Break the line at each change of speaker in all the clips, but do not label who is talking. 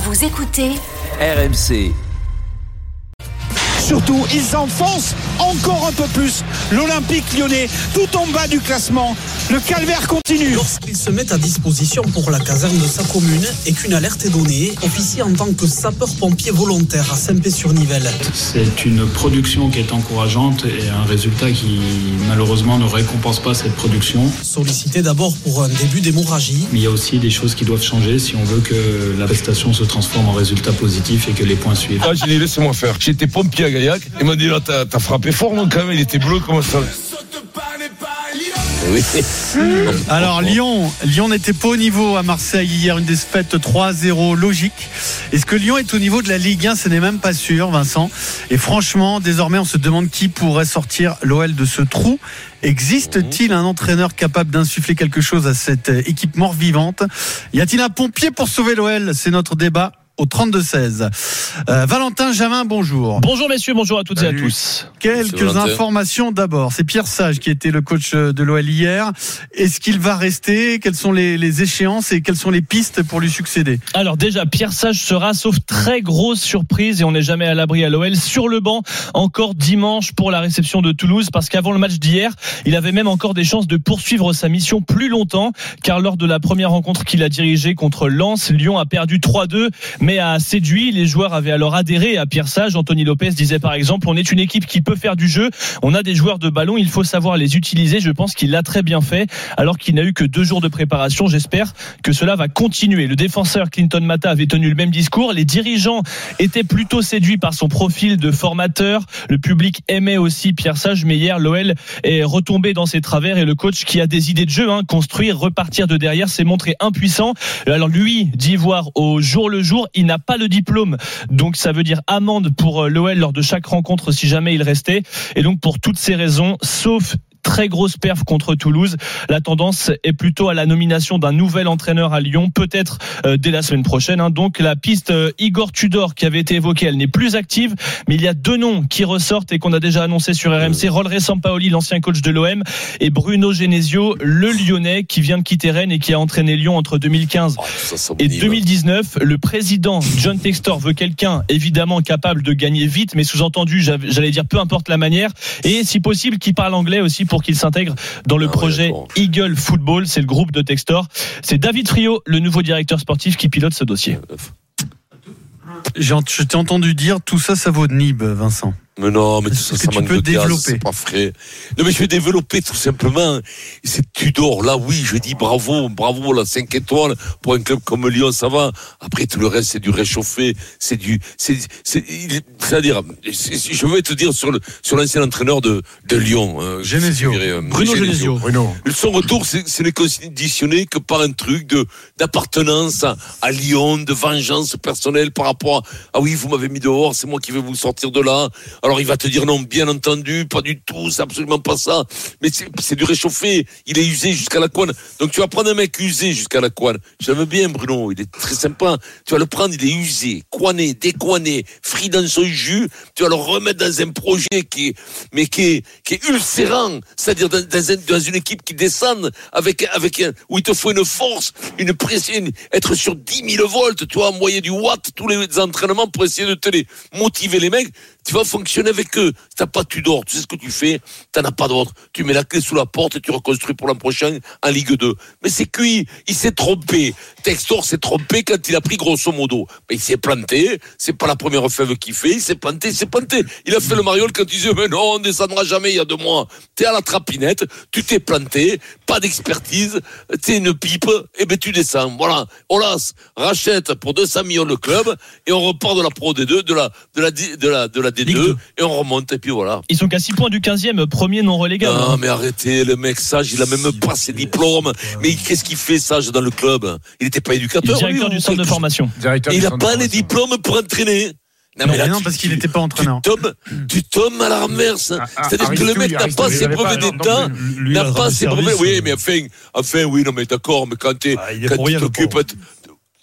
Vous écoutez
RMC.
Surtout, ils s'enfoncent encore un peu plus. L'Olympique lyonnais, tout en bas du classement. Le calvaire continue.
Lorsqu'ils se mettent à disposition pour la caserne de sa commune et qu'une alerte est donnée, officier en tant que sapeur-pompier volontaire à Saint-Pé-sur-Nivelle.
C'est une production qui est encourageante et un résultat qui malheureusement ne récompense pas cette production.
Sollicité d'abord pour un début d'hémorragie,
Mais il y a aussi des choses qui doivent changer si on veut que la prestation se transforme en résultat positif et que les points suivent.
Ah, j'ai dit, laissez-moi faire. J'étais pompier à Gaillac. Il m'a dit, là, t'as t'as frappé fort, non, quand même. Il était bleu comme ça.
Alors Lyon, Lyon n'était pas au niveau à Marseille hier, une défaite 3-0 logique. Est-ce que Lyon est au niveau de la Ligue 1 Ce n'est même pas sûr, Vincent. Et franchement, désormais, on se demande qui pourrait sortir l'OL de ce trou. Existe-t-il un entraîneur capable d'insuffler quelque chose à cette équipe mort vivante Y a-t-il un pompier pour sauver l'OL C'est notre débat au 32-16. Euh, Valentin Jamin, bonjour.
Bonjour messieurs, bonjour à toutes et à tous.
Quelques informations d'abord. C'est Pierre Sage qui était le coach de l'OL hier. Est-ce qu'il va rester Quelles sont les, les échéances et quelles sont les pistes pour lui succéder
Alors déjà, Pierre Sage sera, sauf très grosse surprise, et on n'est jamais à l'abri à l'OL, sur le banc encore dimanche pour la réception de Toulouse, parce qu'avant le match d'hier, il avait même encore des chances de poursuivre sa mission plus longtemps, car lors de la première rencontre qu'il a dirigée contre Lens, Lyon a perdu 3-2, mais a séduit. Les joueurs avaient alors adhéré à Pierre Sage. Anthony Lopez disait par exemple, on est une équipe qui peut faire du jeu, on a des joueurs de ballon, il faut savoir les utiliser. Je pense qu'il l'a très bien fait, alors qu'il n'a eu que deux jours de préparation. J'espère que cela va continuer. Le défenseur Clinton Mata avait tenu le même discours. Les dirigeants étaient plutôt séduits par son profil de formateur. Le public aimait aussi Pierre Sage, mais hier, l'OL est retombé dans ses travers et le coach qui a des idées de jeu, hein, construire, repartir de derrière, s'est montré impuissant. Alors lui, d'y voir au jour le jour, il n'a pas le diplôme. Donc ça veut dire amende pour euh, l'OL lors de chaque rencontre si jamais il restait. Et donc pour toutes ces raisons, sauf très grosse perf contre Toulouse, la tendance est plutôt à la nomination d'un nouvel entraîneur à Lyon, peut-être euh, dès la semaine prochaine. hein. Donc la piste euh, Igor Tudor qui avait été évoquée, elle n'est plus active, mais il y a deux noms qui ressortent et qu'on a déjà annoncé sur RMC. Rolleré Sampaoli, l'ancien coach de l'OM, et Bruno Genesio, le Lyonnais qui vient de quitter Rennes et qui a entraîné Lyon entre 2015 et 2019, le président John Textor veut quelqu'un évidemment capable de gagner vite, mais sous-entendu, j'av- j'allais dire peu importe la manière, et si possible qui parle anglais aussi pour qu'il s'intègre dans
Ah
le projet Eagle Football, c'est le groupe de Textor. C'est David Frio, le nouveau directeur sportif qui pilote ce dossier.
J'ai ent- Je t'ai entendu dire tout ça, ça vaut de nib, Vincent.
Mais non, mais tout ça,
Est-ce
ça
que tu
manque
peux
de gaz,
développer
c'est pas frais. Non, mais je vais développer tout simplement. C'est Tudor, là oui, je dis bravo, bravo, la 5 étoiles pour un club comme Lyon, ça va. Après tout le reste, c'est du réchauffé, c'est du, c'est, c'est, il- c'est-à-dire, c'est- c'est- je vais te dire sur le, sur l'ancien entraîneur de, de Lyon, euh,
Genesio.
je dirais, euh,
Bruno Genesio.
son retour, c'est c'est ne conditionné que par un truc de d'appartenance à, à Lyon, de vengeance personnelle par rapport à ah oui, vous m'avez mis dehors, c'est moi qui vais vous sortir de là. Alors il va te dire non, bien entendu, pas du tout, c'est absolument pas ça. Mais c'est c'est du réchauffé, il est usé jusqu'à la couenne. Donc tu vas prendre un mec usé jusqu'à la couenne. J'aime bien Bruno, il est très sympa. Tu vas le prendre, il est usé, coiné, décoiné, frit dans son jus. Tu vas le remettre dans un projet qui est, mais qui est, qui est ulcérant, c'est-à-dire dans, dans un- dans une équipe qui descend avec, avec un, où il te faut une force, une pression, une- être sur 10 000 volts, tu vois, envoyer du watt tous les entraînements pour essayer de te les motiver les mecs. Tu vas fonctionner avec eux. T'as pas, tu dors. Tu sais ce que tu fais. T'en as pas d'autre. Tu mets la clé sous la porte et tu reconstruis pour l'an prochain en Ligue 2. Mais c'est cuit. Il s'est trompé. Textor s'est trompé quand il a pris grosso modo. Mais il s'est planté. C'est pas la première fève qu'il fait. Il s'est planté, il s'est planté. Il a fait le mariole quand il disait, mais non, on descendra jamais il y a deux mois. T'es à la trapinette. Tu t'es planté. Pas d'expertise. T'es une pipe. Et ben, tu descends. Voilà. Olas rachète pour 200 millions le club et on repart de la Pro D2, de la, de la, D- de la, de la D2
Ligue 2.
et on remonte et puis voilà.
Ils sont qu'à 6 points du 15e, premier non
Ah,
relégable.
Non, mais arrêtez, le mec sage, il a même pas ses diplômes. Mais qu'est-ce qu'il fait sage dans le club Il n'était pas
Il est
éducateur.
directeur
lui,
du
ou
centre de
quelque
formation.
chose Et il n'a pas les diplômes pour entraîner.
Non, mais
là,
non,
tu-
parce qu'il
tu-
n'était pas entraîneur. Ah,
Tu tombes, tu tombes à la renverse. C'est-à-dire que le mec n'a pas ses brevets d'État, n'a
euh.
pas ses brevets. Oui, mais enfin, enfin, oui, non, mais d'accord, mais quand t'es-
Ah, il est
quand
pour
tu
rien, le
t'occupes.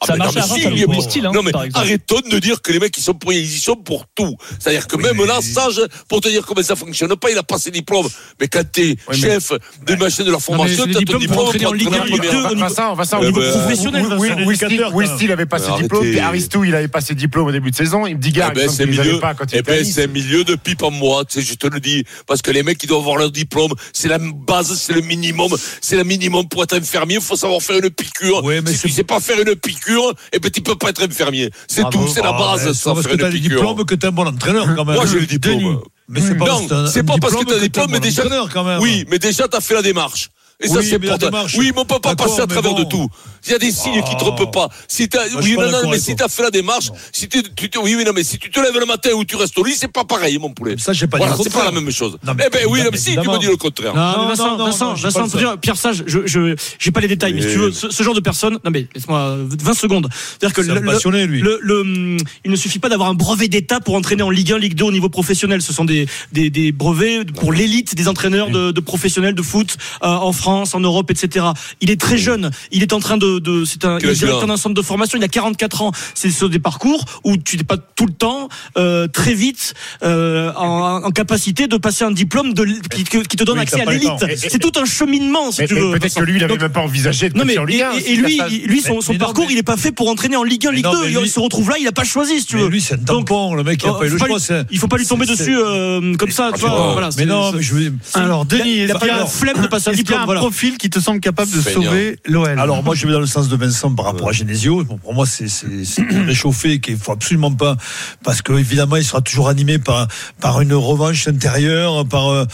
Ah,
Ça
mais non,
marche
mais
à Reims
si,
avec
il est
le
pour-
style, hein,
non, mais
par exemple.
arrêtons de dire que les mecs ils sont pour ils y sont pour tout. C'est-à-dire que même là, sage pour te dire comment ça fonctionne pas, il a passé diplôme. Mais quand t'es
mais-
chef de machine de la formation,
c'est des
t'as
diplômes
ton
pour
diplôme
entraîner en
pour
Ligue
entraîner
1,
en
Ligue
première.
2, au niveau, ça, on va ça, au
Eh
niveau
ben,
professionnel.
Wi- Wi- Wistil- Wistil avait pas ses
Arrêtez.
diplômes, Pierre Aristou il avait pas ses diplômes au début de saison, il me dit gars,
Eh ben, c'est un
il
milieu,
avait pas quand il
eh
était à
ben,
Nice.
c'est un milieu de pipe en moi, tu sais, je te le dis. Parce que les mecs, ils doivent avoir leur diplôme. C'est la base, c'est le minimum. C'est le minimum pour être infirmier. Il faut savoir faire une piqûre.
Ouais, mais
si
c'est-
tu sais pas faire une piqûre, eh ben, tu peux pas être infirmier. C'est tout, c'est la base, ça,
Ah parce
faire
que t'as
une
des
piqûre.
diplômes que t'es un bon entraîneur quand même.
Moi, j'ai le diplôme.
Denis. Mais c'est pas,
Non,
un-
c'est
un
pas parce que t'as un diplôme,
t'es un
mais
bon
déjà-
entraîneur, quand même.
Oui, mais déjà, t'as fait la démarche. Et ça,
Oui,
c'est
mais la
important.
démarche-
Oui, mais on peut pas
D'accord,
passer à
mais
travers de
bon.
tout. Il y a des signes qui
Ah.
te trompent pas. Si t'as,
Moi, je suis
oui,
pas
non, non,
d'accord
mais
avec
si
toi.
t'as fait la démarche, si tu, tu, te- oui, oui, non, mais si tu te lèves le matin ou tu restes au lit, c'est pas pareil, mon poulet.
Ça, j'ai pas dit
Voilà,
le
c'est pas la
contraire.
même chose.
Non, mais
eh ben oui,
évidemment,
non, mais si, tu me dis le contraire.
Non,
Non, mais Vincent, Vincent,
je
Vincent,
pense
faut dire, Pierre Sage, je, je, j'ai pas les détails, mais si tu veux, ce, ce genre de personne, non mais laisse-moi 20 secondes. C'est-à-dire que
C'est un
le- le-
passionné, lui.
le, le, hum, il ne suffit pas d'avoir un brevet d'État pour entraîner en Ligue 1, Ligue 2 au niveau professionnel. Ce sont des, des, des brevets pour l'élite des entraîneurs de, de professionnels de foot euh, en France, en Europe, etc. Il est très jeune. Il est en train de, de c'est un, il
Quel
est
âge il a
directeur d'un centre de formation. Il a 44 ans. C'est sur des parcours où tu n'es pas tout le temps euh, très vite euh, en, en capacité de passer un diplôme de, l- qui, qui te donne
Oui,
accès
t'as
à
pas le
l'élite.
temps.
Et-
C'est tout un cheminement, si
Mais-
tu
mais
veux.
peut-être
Vincent.
que lui, il avait
Donc,
même pas envisagé de
non mais
partir en Ligue 1.
et, et lui, il- lui son, son
mais non,
parcours,
mais-
il est pas fait pour entraîner en Ligue 1, Ligue
non,
2.
mais
Il-
lui-
il se retrouve là, il a pas choisi, si tu
Mais
veux.
lui, c'est un
Donc,
tampon, le mec, il a
euh,
pas eu
faut
le
pas lui-
choix. c'est-
il faut pas lui tomber
c'est-
dessus euh, comme ça. tu
Ah,
vois,
bon.
voilà, c'est-
Mais non,
c'est-
mais je veux.
Alors, Denis,
il
est-ce
a pas
qu'il y a
la flemme de passer un
est-ce qu'il y a
diplôme.
un
Voilà.
profil qui te semble capable de
Feignant.
sauver l'OL
Alors moi je vais dans le sens de Vincent par rapport à Genesio. Bon, pour moi c'est c'est- c'est réchauffé qu'il faut absolument pas parce que évidemment il sera toujours animé par par une revanche intérieure, par euh,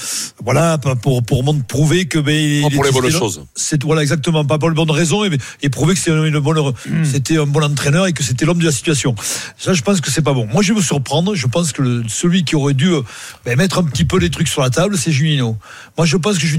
voilà par- pour pour mon- prouver que ben, il
Pas
était-
pour les bonnes
c'était-
choses.
C'est voilà exactement pas pour les bonnes raisons et, et prouver que c'est une bonne
Hmm.
c'était un bon entraîneur et que c'était l'homme de la situation. Ça je pense que c'est pas bon. Moi je vais me surprendre. Je pense que le- celui qui aurait dû euh, ben, mettre un petit peu les trucs sur la table c'est Juninho. Moi je pense que Juninho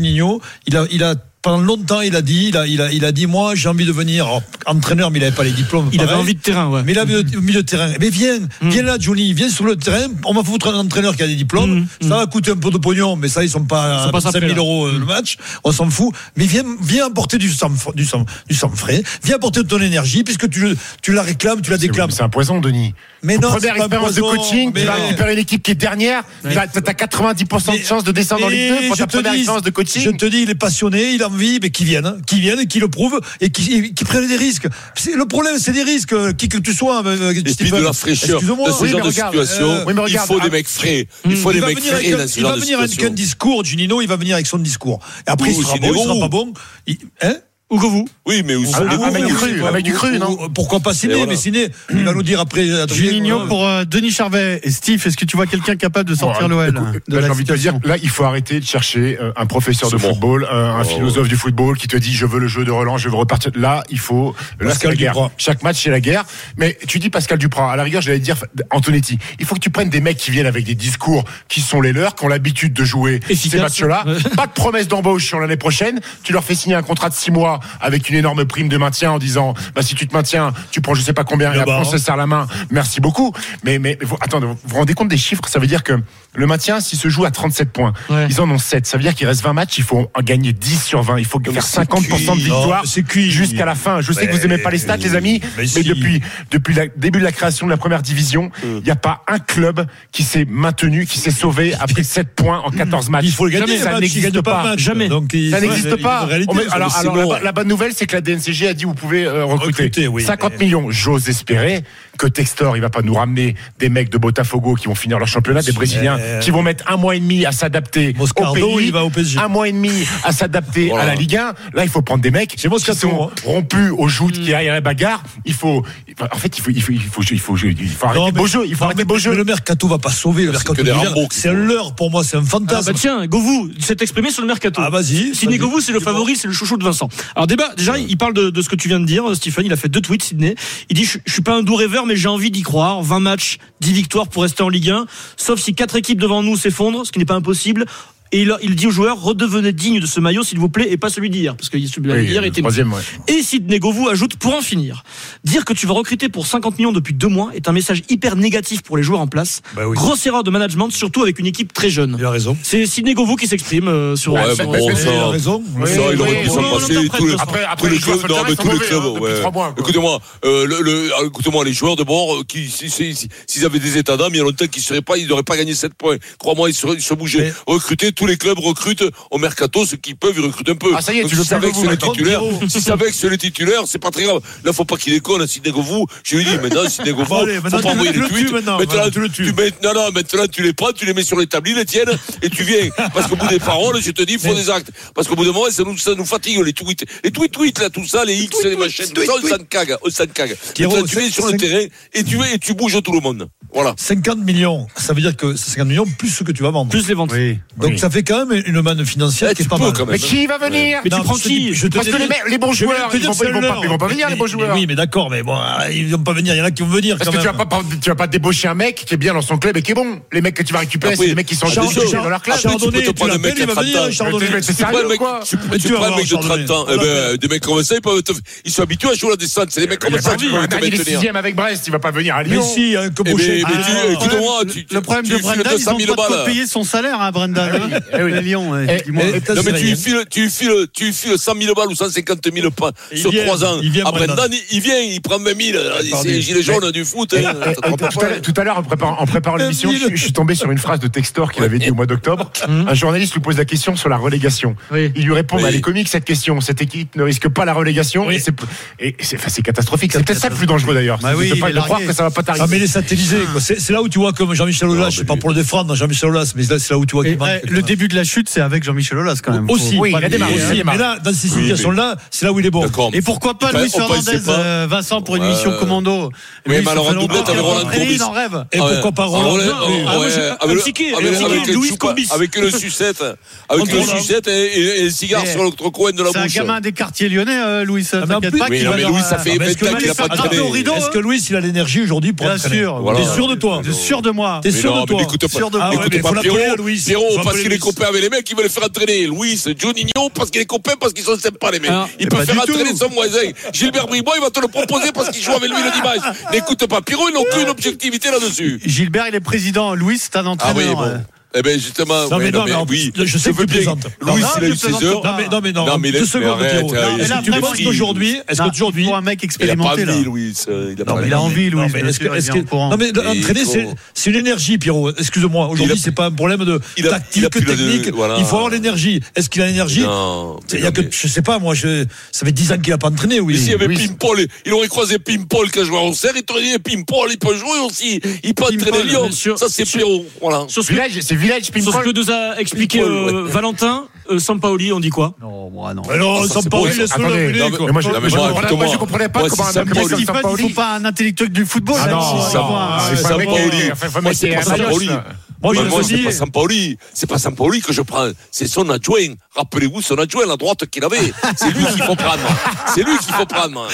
il a il a pendant longtemps, il a dit, il a, il a, il a dit, moi, j'ai envie de venir alors, entraîneur, mais il n'avait pas les diplômes.
Il avait
pareil.
envie de Mm. terrain, ouais.
Mais là, au milieu de terrain, mais viens, viens là, Johnny, viens sur le terrain. On va foutre un entraîneur qui a des diplômes.
Mm,
Ça va coûter un peu de pognon, mais ça, ils sont pas
Ils sont
à
pas
5
saprés,
000
là. Mm.
euros euh, le match. On s'en fout. Mais viens, viens apporter du sang, fr- du sang, du sang frais. Viens apporter ton énergie, puisque tu, le- tu la réclames, tu la déclames.
C'est un poison, Denis.
Mais non,
Première
c'est pas
expérience de
poison,
coaching,
mais-
tu vas récupérer l'équipe qui est dernière, t'as t'as 90%
Mais-
de chance de descendre en Ligue 2
Mais
pour
je
ta
te
première
dis,
expérience de
Je
coaching.
te dis, il est passionné, il a envie, mais qu'il vienne, hein, qu'il vienne et qu'il le prouve et qu'il qu'il prenne des risques. C'est- Le problème, c'est des risques, euh, qui que tu sois. euh, euh,
Et puis
Stephen.
de la fraîcheur
Excuse-moi.
de ce
Oui,
genre
mais
de
regarde,
situation.
euh,
oui, mais
il
regarde,
faut
ah,
des mecs frais. Il faut
il
des
va
mecs
venir avec
frais
un-
dans ce
il
genre
va
de
venir avec un
situation.
discours, Junino, il va venir avec son discours. Et après,
Ou
il sera
Sinéou.
bon, il sera pas bon. Il- hein
Ou que vous.
Oui, mais où sont
Ah,
les
avec
bons
du cru, avec du cru,
Ou-
non
ou- Pourquoi pas Siné
Et voilà.
Mais Siné, il va nous dire après. euh, Adrien,
Juninho
euh,
pour euh, Denis Charvet. Et Steve, est-ce que tu vois quelqu'un capable de sortir
Oh,
Bon,
l'OL
écoute,
de
là,
la
j'ai envie de te dire,
situation
là, il faut arrêter de chercher euh, un professeur de
C'est bon.
football, euh, un
Oh.
philosophe du football qui te dit je veux le jeu de relance, je veux repartir. Là, il faut. Là, c'est
Pascal
la guerre.
Duprat.
Chaque match, c'est la guerre. Mais tu dis Pascal Duprat. À la rigueur, j'allais dire Antonetti. Il faut que tu prennes des mecs qui viennent avec des discours qui sont les leurs, qui ont l'habitude de jouer ces
Efficace.
matchs-là. Pas de promesse d'embauche sur l'année prochaine. Tu leur fais signer un contrat de six mois avec une énorme prime de maintien en disant bah, si tu te maintiens, tu prends je sais pas combien et
Le
après on
bar.
se serre la main. Merci beaucoup. Mais, mais vous, attends, vous vous rendez compte des chiffres Ça veut dire que le maintien, s'il se joue à 37 points,
Ouais.
ils en ont 7. Ça veut dire qu'il reste 20 matchs, il faut en gagner 10 sur 20. Il faut faire
c'est
50% de
cuit. Non,
victoire
mais c'est cuit.
jusqu'à la fin. Je sais que vous aimez pas les stats, les amis,
mais
mais,
si.
depuis, depuis le début de la création de la première division,
Mm.
il n'y a pas un club qui s'est maintenu, qui s'est sauvé après 7 points en 14 matchs.
Il faut le gagner, le
ça
match, il
n'existe
gagne pas le
pas.
match.
Jamais.
Donc, il-
Ça
ouais, il y a
n'existe
une
pas.
réalité,
On met-
ça,
alors,
c'est
alors,
bon.
la, bo- la bonne nouvelle, c'est que la DNCG a dit vous pouvez euh, recruter.
Recruter, oui,
50
mais-
millions. J'ose espérer que Textor, il va pas nous ramener des mecs de Botafogo qui vont finir leur championnat, des
Si,
Brésiliens
mais-
qui vont mettre un mois et demi à s'adapter au
Moscardo,
pays.
il va au PSG.
Un mois et demi à s'adapter
Voilà.
à la Ligue 1. Là, il faut prendre des mecs qui
Moscato,
sont
hein.
rompus aux joutes, qui aillent à la bagarre. Il faut, en fait, il faut, il faut, il faut, il faut, il faut arrêter
Non,
le
mais-
beau jeu. Il faut
non,
arrêter
mais-
le beau jeu.
mais Le mercato va pas sauver le
que
mercato
des
d'hiver.
Rambo qui
ah, C'est un
font.
leurre pour moi, c'est un
Ah bah
fantasme.
tiens, Govou s'est exprimé sur le mercato.
Ah, vas-y. Vas-y.
Sidney Govou, c'est le favori, c'est le chouchou de Vincent. Alors débat, déjà, il parle de, de ce que tu viens de dire, euh, Stephen. Il a fait deux tweets, Sidney. Il dit, je, je suis pas un doux rêveur, mais j'ai envie d'y croire. 20 matchs, 10 victoires pour rester en Ligue 1. Sauf si quatre équipes devant nous s'effondrent, ce qui n'est pas impossible. et il, il dit aux joueurs redevenez digne de ce maillot s'il vous plaît et pas celui d'hier parce que celui
Oui,
d'hier
le
était
troisième, ouais.
et Sidney Govou ajoute pour en finir dire que tu vas recruter pour 50 millions depuis deux mois est un message hyper négatif pour les joueurs en place
Bah oui.
grosse erreur de management surtout avec une équipe très jeune
Il a raison.
c'est Sidney Govou qui s'exprime euh, sur,
Ouais,
sur-
bon,
sur-
ça,
Il a raison.
Oui,
Ça, il
oui,
aurait
oui,
pu s'en
oui,
passer
on
tous
en prête
les,
de ça.
Après- après,
tous les
les joueurs
clubs. Non,
sur le
mais tous
terrain,
les
ils sont
clubs.
mauvais, hein, depuis
ouais.
trois mois, quoi.
Écoutez-moi, euh, le- le- alors, écoutez-moi, les joueurs de bord, euh, qui, si- si- si- s'ils avaient des états d'âme, il y a longtemps qu'ils seraient pas, ils n'auraient pas gagné 7 points. Crois-moi, ils, seraient- ils se bougeaient. Recruter, tous les clubs recrutent au mercato, ceux qui peuvent, ils recrutent un peu.
Ah, ça y est,
Donc,
tu veux
s'ils savaient
plus que
que c'est le
vous,
titulaire, si savaient que c'est le titulaire, c'est pas très grave. Là, faut pas qu'il déconne, hein, si vous, je lui dis, maintenant, si vous,
Bon, allez, maintenant,
faut pas
tu
envoyer
le-
les
tu le
tweets.
tues maintenant, maintenant, Ah, tu le tues.
mets- non, non, maintenant, tu les prends, tu les mets sur l'établi, les tiennes, et tu viens. Parce qu'au bout des paroles, je te dis, il faut des actes. Parce qu'au bout d'un moment, ça nous, ça nous fatigue, les tweets. Les tweets, tweets, là, tout ça, les X, les machines, tout ça, on s'en cague, on s'en cague.
Pierrot,
Maintenant, tu
c'est-
viens sur le
c'est-
terrain, et tu, et tu bouges tout le monde. Voilà.
50 millions, ça veut dire que c'est 50 millions plus ce que tu vas vendre.
plus les ventes
Oui.
Donc ça fait quand même une manne financière
Eh,
qui est
tu
pas
peux
mal.
quand
Mais
même.
qui va venir
Non,
tu prends
je te
qui
dis- je te
Parce que
dis-
les, mecs- les bons
je vais
joueurs,
te
ils
dire
vont, pas- ils vont
celle-là.
pas, ils vont pas venir, les bons
Mais-
joueurs.
mais Oui, mais d'accord, mais bon, euh, ils vont pas venir. Il y en a qui vont venir
Parce
quand
que
même.
tu vas, pas, prendre- tu vas pas débaucher un mec qui est bien dans son club et qui est bon. Les mecs que tu vas récupérer,
Après,
c'est des mecs qui sont
attention,
débauchés dans leur club.
attention, tu peux
Chardonnay,
te
tu
prendre un mec
l'appelles, il
à
va
30
venir,
ans.
Chardonnay.
Mais c'est
Tu prends un
sérieux,
mec,
quoi
tu,
Mais
tu
tu vas
prends un
voir,
mec de 30 ans, eh
Chardonnay.
ben, des mecs comme ça, ils peuvent te- ils sont habitués à jouer à la descente, c'est les mecs comme ça qui
Il
vont te
est
maintenir.
sixième avec Brest, il va pas venir à
Mais
Lyon.
si, il y a un
Eh ben,
Copochet.
mais
Ah,
tu-
non, non,
écoute-moi, tu- tu-
Le problème
tu
de
files
Brendan, ils
200 000
n'ont pas
balles.
trop payé son salaire, hein,
Ah
Brendan.
eh oui.
Le Lyon, ouais,
Eh,
effectivement.
eh,
mais-
Non, mais tu
Rien.
lui files, tu lui files, tu lui files 100 000 balles ou 150 000 pas
Il
sur
vient,
3 ans.
il vient,
Après,
Brendan.
Dan, il- il vient, il prend 20 000. là,
Pardon.
C'est les gilets jaunes du foot. hein,
Eh,
t'en prends pas
tout à l'heure-
mal.
Tout à l'heure, en préparant, en préparant l'émission, je, je suis tombé sur une phrase de Textor qu'il avait dit au mois d'octobre.
Hum.
Un journaliste lui pose la question sur la relégation.
Oui.
Il lui répond,
Oui.
bah, elle est comique cette question. Cette équipe ne risque pas la relégation. Et c'est et c'est- enfin, c'est catastrophique. C'est peut-être ça le plus dangereux d'ailleurs.
Bah
C'est
oui,
de pas-
il est
de croire
largué.
que ça va pas t'arriver.
Ah mais les satellisés, quoi. c'est c'est là où tu vois comme Jean-Michel Aulas,
mais
je sais pas
lui-
pour le défendre Jean-Michel Aulas, mais là, c'est là où tu vois
Et,
qu'il manque.
eh, le début de la chute, c'est avec Jean-Michel Aulas quand même.
aussi,
Faut-
Oui,
pas
il a
le-
hein.
démarré,
aussi,
il a démarré.
mais là dans ces
mais-
situations là, c'est là où il est bon.
D'accord.
Et pourquoi pas
Enfin,
Luis
on pensait
Fernandez,
pas.
euh, Vincent, pour une
Ouais.
mission commando
Oui,
Luis
mais alors, en
Fernandez,
doublette avec
Laurent
Roland Courbis.
il en rêve.
Et
Ah ouais.
pourquoi pas
Ah,
Roland
Roland-
Oui,
ah,
oui.
ouais,
je-
avec
un
le-
ticket,
avec-
un ticket,
avec le
Louis
choupa-
Combis.
Avec le sucette. Avec le
Roland.
sucette et- et et le cigare
Eh.
sur l'autre coin de la
C'est un
bouche.
gamin des quartiers lyonnais, euh, Louis.
mais en
T'inquiète
plus-
pas
Oui,
qu'il
non,
va
mais
leur-
Louis, ça fait
Mais
20
est-ce que
ans qu'il
Louis
a pas
s'attrape
traîné.
au rideau euh,
Est-ce que Louis il a l'énergie aujourd'hui pour
Bien
entraîner
sûr.
Voilà.
T'es sûr de toi
Je suis sûr de moi.
T'es
Mais
sûr
non,
de toi
mais n'écoute pas.
Sûr de moi.
Ah ouais,
Écoutez
mais
pas
faut l'appeler,
Pierrot,
à Louis.
Pierrot,
Faut
parce
appeler
qu'il est
Louis.
copain avec les mecs, il veut le faire entraîner. Louis, Johnignon, parce qu'il est copain, parce qu'ils sont sympas les mecs.
Ah,
Eh
il
ben,
peut faire entraîner son moisin. Gilbert Bribois, il va te le proposer parce qu'il joue avec lui le dimanche. N'écoute pas Pierrot, ils n'ont aucune objectivité là-dessus.
Gilbert, il est président. Louis, c'est un
Ah oui,
entraîneur.
bon.
euh.
Eh ben justement,
Non,
ouais,
mais non, mais en
oui,
plus, je sais que
veux
tu
bien.
plaisantes.
Louis,
Non,
il a
je
eu ses
plaisante
heures.
pas.
Non mais non mais non.
Non, mais
deux
laisse-
secondes
mais
Pierrot.
arrête, euh,
Non,
arrête.
Est-ce que tu
Il a
penses
pris-
qu'aujourd'hui, est-ce
Non,
que aujourd'hui
il faut un mec
Il a pas
expérimenté là.
envie, Louis. euh, Il a
Non,
pas
mais il a
envie.
envie, Louis.
Non, mais
bien
est-ce que-
sûr, il
est-ce
vient
que-
au courant. Non, mais
Et
entraîner,
il
c'est
faut-
c'est une énergie, Pierrot. Excuse-moi. Aujourd'hui, c'est pas un problème de
il a-
tactique,
il a plus de-
technique.
voilà.
Il faut avoir l'énergie. Est-ce qu'il a l'énergie
Non, mais
Il y a
non,
que,
mais-
je sais pas, moi, je, ça fait 10 ans qu'il a pas entraîné,
Mais s'il y
oui.
avait Pimpol, il aurait croisé Pimpol qui a joué à Auxerre, il t'aurait dit Pimpol, il peut jouer aussi, il peut entraîner
Pimpol,
Lyon.
bien sûr.
Ça, c'est
Sur-
Pierrot. Voilà.
sur ce que
Village, c'est Village
sur ce que
Pimpol.
nous a expliqué euh, Valentin euh, Sampaoli on dit quoi
Non, moi, non.
Mais Ben non,
Ah, Ça,
sans
c'est
pas
beau,
laisse-le
ça.
Attendez,
brûler,
non, mais-
quoi.
Mais moi, je,
Non, mais
moi, je
moi,
comprenais,
écoutez-moi.
moi, je comprenais pas
Moi,
comment un
c'est
mec comme
Sampaoli.
Stephen,
Sampaoli-
il faut pas un intellectuel du football.
Ah
là,
non,
pour
ça
avoir
va.
un-
Ah, c'est pas un mec qui-
Sampaoli.
enfin, faut
Moi,
mettre
c'est pas
un maillot,
Sampaoli.
là.
Moi, je
Mais moi,
me
c'est
dis,
pas Sampaoli. C'est pas Sampaoli que je prends. C'est son adjoint. Rappelez-vous son adjoint, la droite qu'il avait. C'est lui qu'il faut prendre. C'est lui qu'il faut prendre.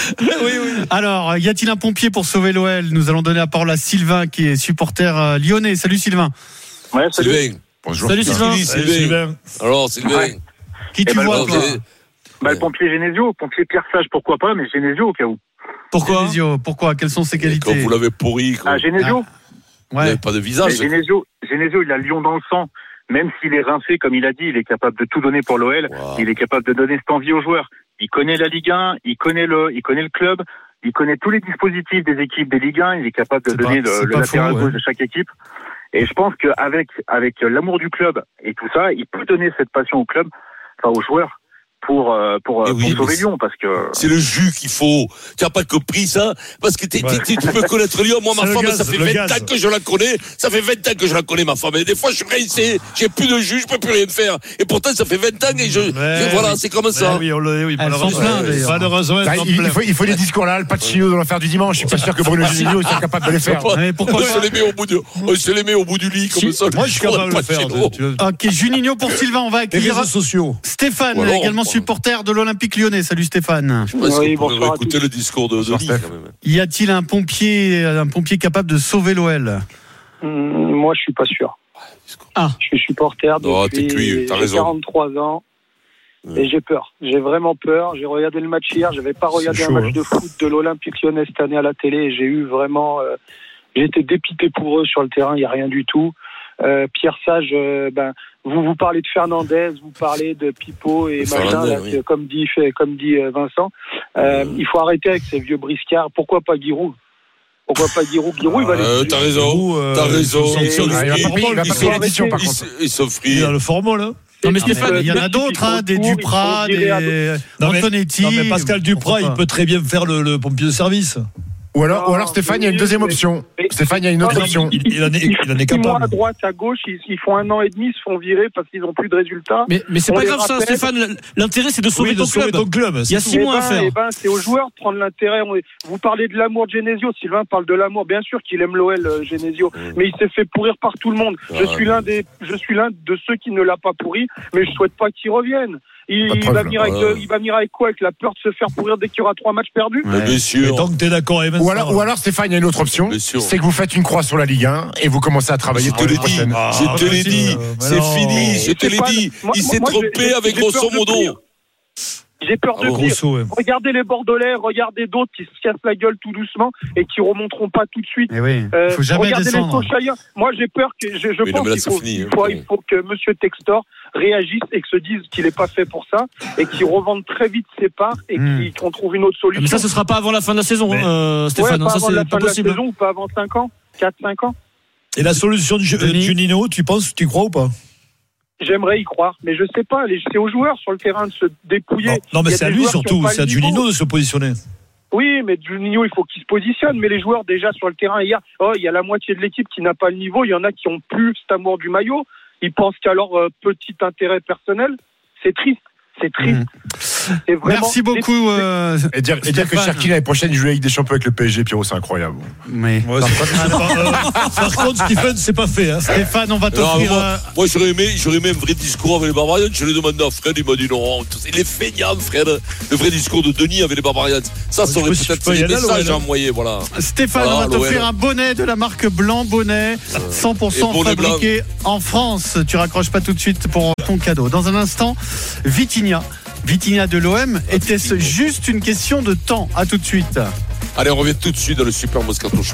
Alors, y a-t-il un pompier pour sauver l'OL Nous allons donner la parole à Sylvain, qui est supporter euh, lyonnais. Salut Sylvain.
Sylvain.
Bonjour.
Salut Sylvain
Sylvie,
Allez,
Sylvain.
Sylvain.
Alors, Sylvain.
Ouais.
Qui tu
ben,
vois
Alors,
toi
Sylvain,
Bah, le pompier Genesio, pompier Pierre Sage, pourquoi pas, mais Genesio au cas où.
pourquoi
Genesio, Pourquoi Quelles sont ses
Quand
qualités
vous l'avez pourri, quand
Ah, Genesio
vous n'avez
Ouais.
pas de
Mais
visage.
Genesio, Genesio, il a Lyon dans le sang. Même s'il est rincé, comme il a dit, il est capable de tout donner pour l'OL.
Wow.
Il est capable de donner cette envie aux joueurs. Il connaît la Ligue 1, il connaît le, il connaît le club, il connaît tous les dispositifs des équipes des Ligue 1. Il est capable de
C'est pas-
donner
c'est
le, le
pas
latéral
faux, ouais.
gauche de chaque équipe. Et je pense qu'avec avec l'amour du club et tout ça, il peut donner cette passion au club, enfin aux joueurs, pour euh, pour,
Eh
euh,
oui,
pour
mais
sauver
c'est-
Lyon, parce que
C'est le jus qu'il faut. Tu n'as pas compris ça Parce que t'es-
Ouais.
t'es- tu peux connaître Lyon. Moi, ma
C'est le
femme,
gaz,
ça fait
le
20
gaz.
ans que je la connais. Ça fait 20 ans que je la connais, ma femme. Et des fois, je suis rincé. J'ai plus de jus, je peux plus rien faire. Et pourtant, ça fait 20 ans et je.
Ouais,
je- voilà,
oui.
c'est comme
Ah
ça.
oui, on le, oui,
Elles
malheureusement.
sont pleines, d'ailleurs.
Malheureusement, elles
Ah,
sont
il, il
pleines.
faut, il faut les discours là, le Pacino dans l'affaire du dimanche. Je suis pas sûr que Bruno Giglio soit capable de les faire.
Pas-
Ouais, mais pourquoi
on
pas
se les met au bout du, on se les met au bout du lit comme
Si,
ça.
Moi, je suis
On
capable de le
pas
faire.
chez
de-
nous.
tu veux-
Ok, Juninho pour Sylvain, on va
Les
accueillir
réseaux sociaux.
Stéphane,
Ou alors,
également
on-
supporter de l'Olympique lyonnais. Salut Stéphane.
Je pense
Oui,
qu'on pourrait
bonsoir à
écouter
tous.
le discours de, de Lee, quand même.
Y a-t-il un pompier, un pompier capable de sauver l'OL
Mm,
hum, moi je suis pas sûr.
Je suis supporter
Oh, t'es
depuis
cuit, t'as
j'ai
raison.
43 ans. Et j'ai peur, j'ai vraiment peur. J'ai regardé le match hier, j'avais pas regardé
chaud,
un match
hein.
de foot de l'Olympique lyonnais cette année à la télé. et J'ai eu vraiment. euh, j'ai été dépité pour eux sur le terrain, il n'y a rien du tout. Euh, Pierre Sage, euh, ben, vous vous parlez de Fernandez, vous parlez de Pipo et
Fernandez,
machin, là,
oui.
que- comme dit, fait- comme dit euh, Vincent. Euh, Il faut arrêter avec ces vieux briscards. Pourquoi pas Giroud Pourquoi pas Giroud Giroud, il va
Euh,
les-
t'as raison, t'as raison.
il-
Ils sont
il- il- il- il- il- il- il- il-
free. Ils sont free.
Il a le format, là.
Non, mais
Ah,
Stéphane,
il y en a
Messi,
d'autres, hein,
euh, il
des
faut tout,
Duprat,
il faut virer à
des euh,
d'autres.
Non, mais-
Antonetti,
Non, mais Pascal Duprat,
pourquoi
il
pas.
peut très bien faire le, le pompier de service.
Ou alors, ou alors Stéphane, il y a une deuxième option. Stéphane, il y a une autre
Non, mais
option.
il- il en est- il en est
Six mois
capable.
à droite, à gauche, ils, ils font un an et demi, ils se font virer parce qu'ils n'ont plus de résultats.
Mais, mais c'est
On
pas
les
grave ça,
rappelle.
Stéphane. L'intérêt, c'est de sauver,
Oui,
ton,
de sauver
club.
ton club,
Il y a
c'est
six
tout.
mois
Eh
à
ben,
faire.
eh ben, c'est aux joueurs de prendre l'intérêt. On est- Vous parlez de l'amour de Genesio. Sylvain parle de l'amour. Bien sûr qu'il aime l'OL, euh, Genesio, mais il s'est fait pourrir par tout le monde. Je
Mmh. Ouais,
suis l'un des, je suis l'un de ceux qui ne l'a pas pourri, mais je souhaite pas qu'il revienne. Il,
Pas de
il
preuve,
va
là.
venir avec,
Ouais.
le- il va venir avec quoi Avec la peur de se faire pourrir dès qu'il y aura trois matchs perdus
Mais bien sûr.
Donc t'es d'accord avec
Ou alors, ou alors, Stéphane, il y a une autre option. C'est que vous faites une croix sur la Ligue 1 et vous commencez à
Ah bah,
travailler
Je
pour
te l'ai
l'année
dit,
prochaine.
je te l'ai dit, c'est fini, je te l'ai dit. Il s'est trompé avec grosso modo.
J'ai peur de
Ah bon,
pire.
Rousseau, ouais.
Regardez les Bordelais, regardez d'autres qui se cassent la gueule tout doucement et qui remonteront pas tout de suite.
Eh oui,
Euh,
faut jamais
regardez
descendre.
les Sochaliens. Moi, j'ai peur que je, je
Oui, non,
pense
mais là,
qu'il
c'est
faut,
fini,
il
hein.
faut- il faut que Monsieur Textor réagisse et que se dise qu'il n'est pas fait pour ça et qu'il revende très vite ses parts et qu'il- qu'on trouve une autre solution.
Hmm. Ah, Mais ça, ce sera pas avant la fin de la saison,
Mais-
euh, Stéphane.
Ouais,
hein,
pas
ça,
avant
c'est
la
pas
fin de la
possible.
saison ou pas avant 5 ans, 4-5 ans.
Et la solution de Ju- euh, Juninho, tu penses, tu y crois ou pas
J'aimerais y croire, mais je sais pas. les- C'est aux joueurs sur le terrain de se dépouiller.
Non,
Il
mais
y a
c'est à
des
lui
joueurs qui ont
surtout,
pas
c'est à
le niveau.
Juninho de se positionner.
Oui, mais Juninho, il faut qu'il se positionne. Mais les joueurs, déjà, sur le terrain, hier, oh, il y a la moitié de l'équipe qui n'a pas le niveau. Il y en a qui ont plus cet amour du maillot. Ils pensent qu'à leur euh, petit intérêt personnel, c'est triste. C'est triste. C'est vraiment-
Mmh. Merci beaucoup. euh,
Et dire, et dire que
Stéphane.
Cherki l'année prochaine joue avec des champions avec le PSG, Pierrot, c'est incroyable.
Mais euh,
Par contre, Stephen, c'est pas fait. hein.
Stéphane, on va
Non, mais
t'offrir.
moi,
euh,
moi, j'aurais aimé, j'aurais aimé un vrai discours avec les Barbarians. Je l'ai demandé à Fred, il m'a dit non. Il est feignant, Fred. Le vrai discours de Denis avec les Barbarians. Ça, ça aurait
Je sais pas si
peut-être
tu peux
fait
y
des
aller,
messages
l'OL,
à
hein.
envoyer, voilà.
Stéphane, on
Ah,
va t'offrir
l'OL.
un bonnet de la marque Blanc Bonnet, 100%
Et bonnet
fabriqué en France. Tu raccroches pas tout de suite pour ton cadeau. Dans un instant, Vitinha. Vitinha de l'OM, était-ce juste une question de temps À tout de suite.
Allez, on revient tout de suite dans le Super Moscato Show.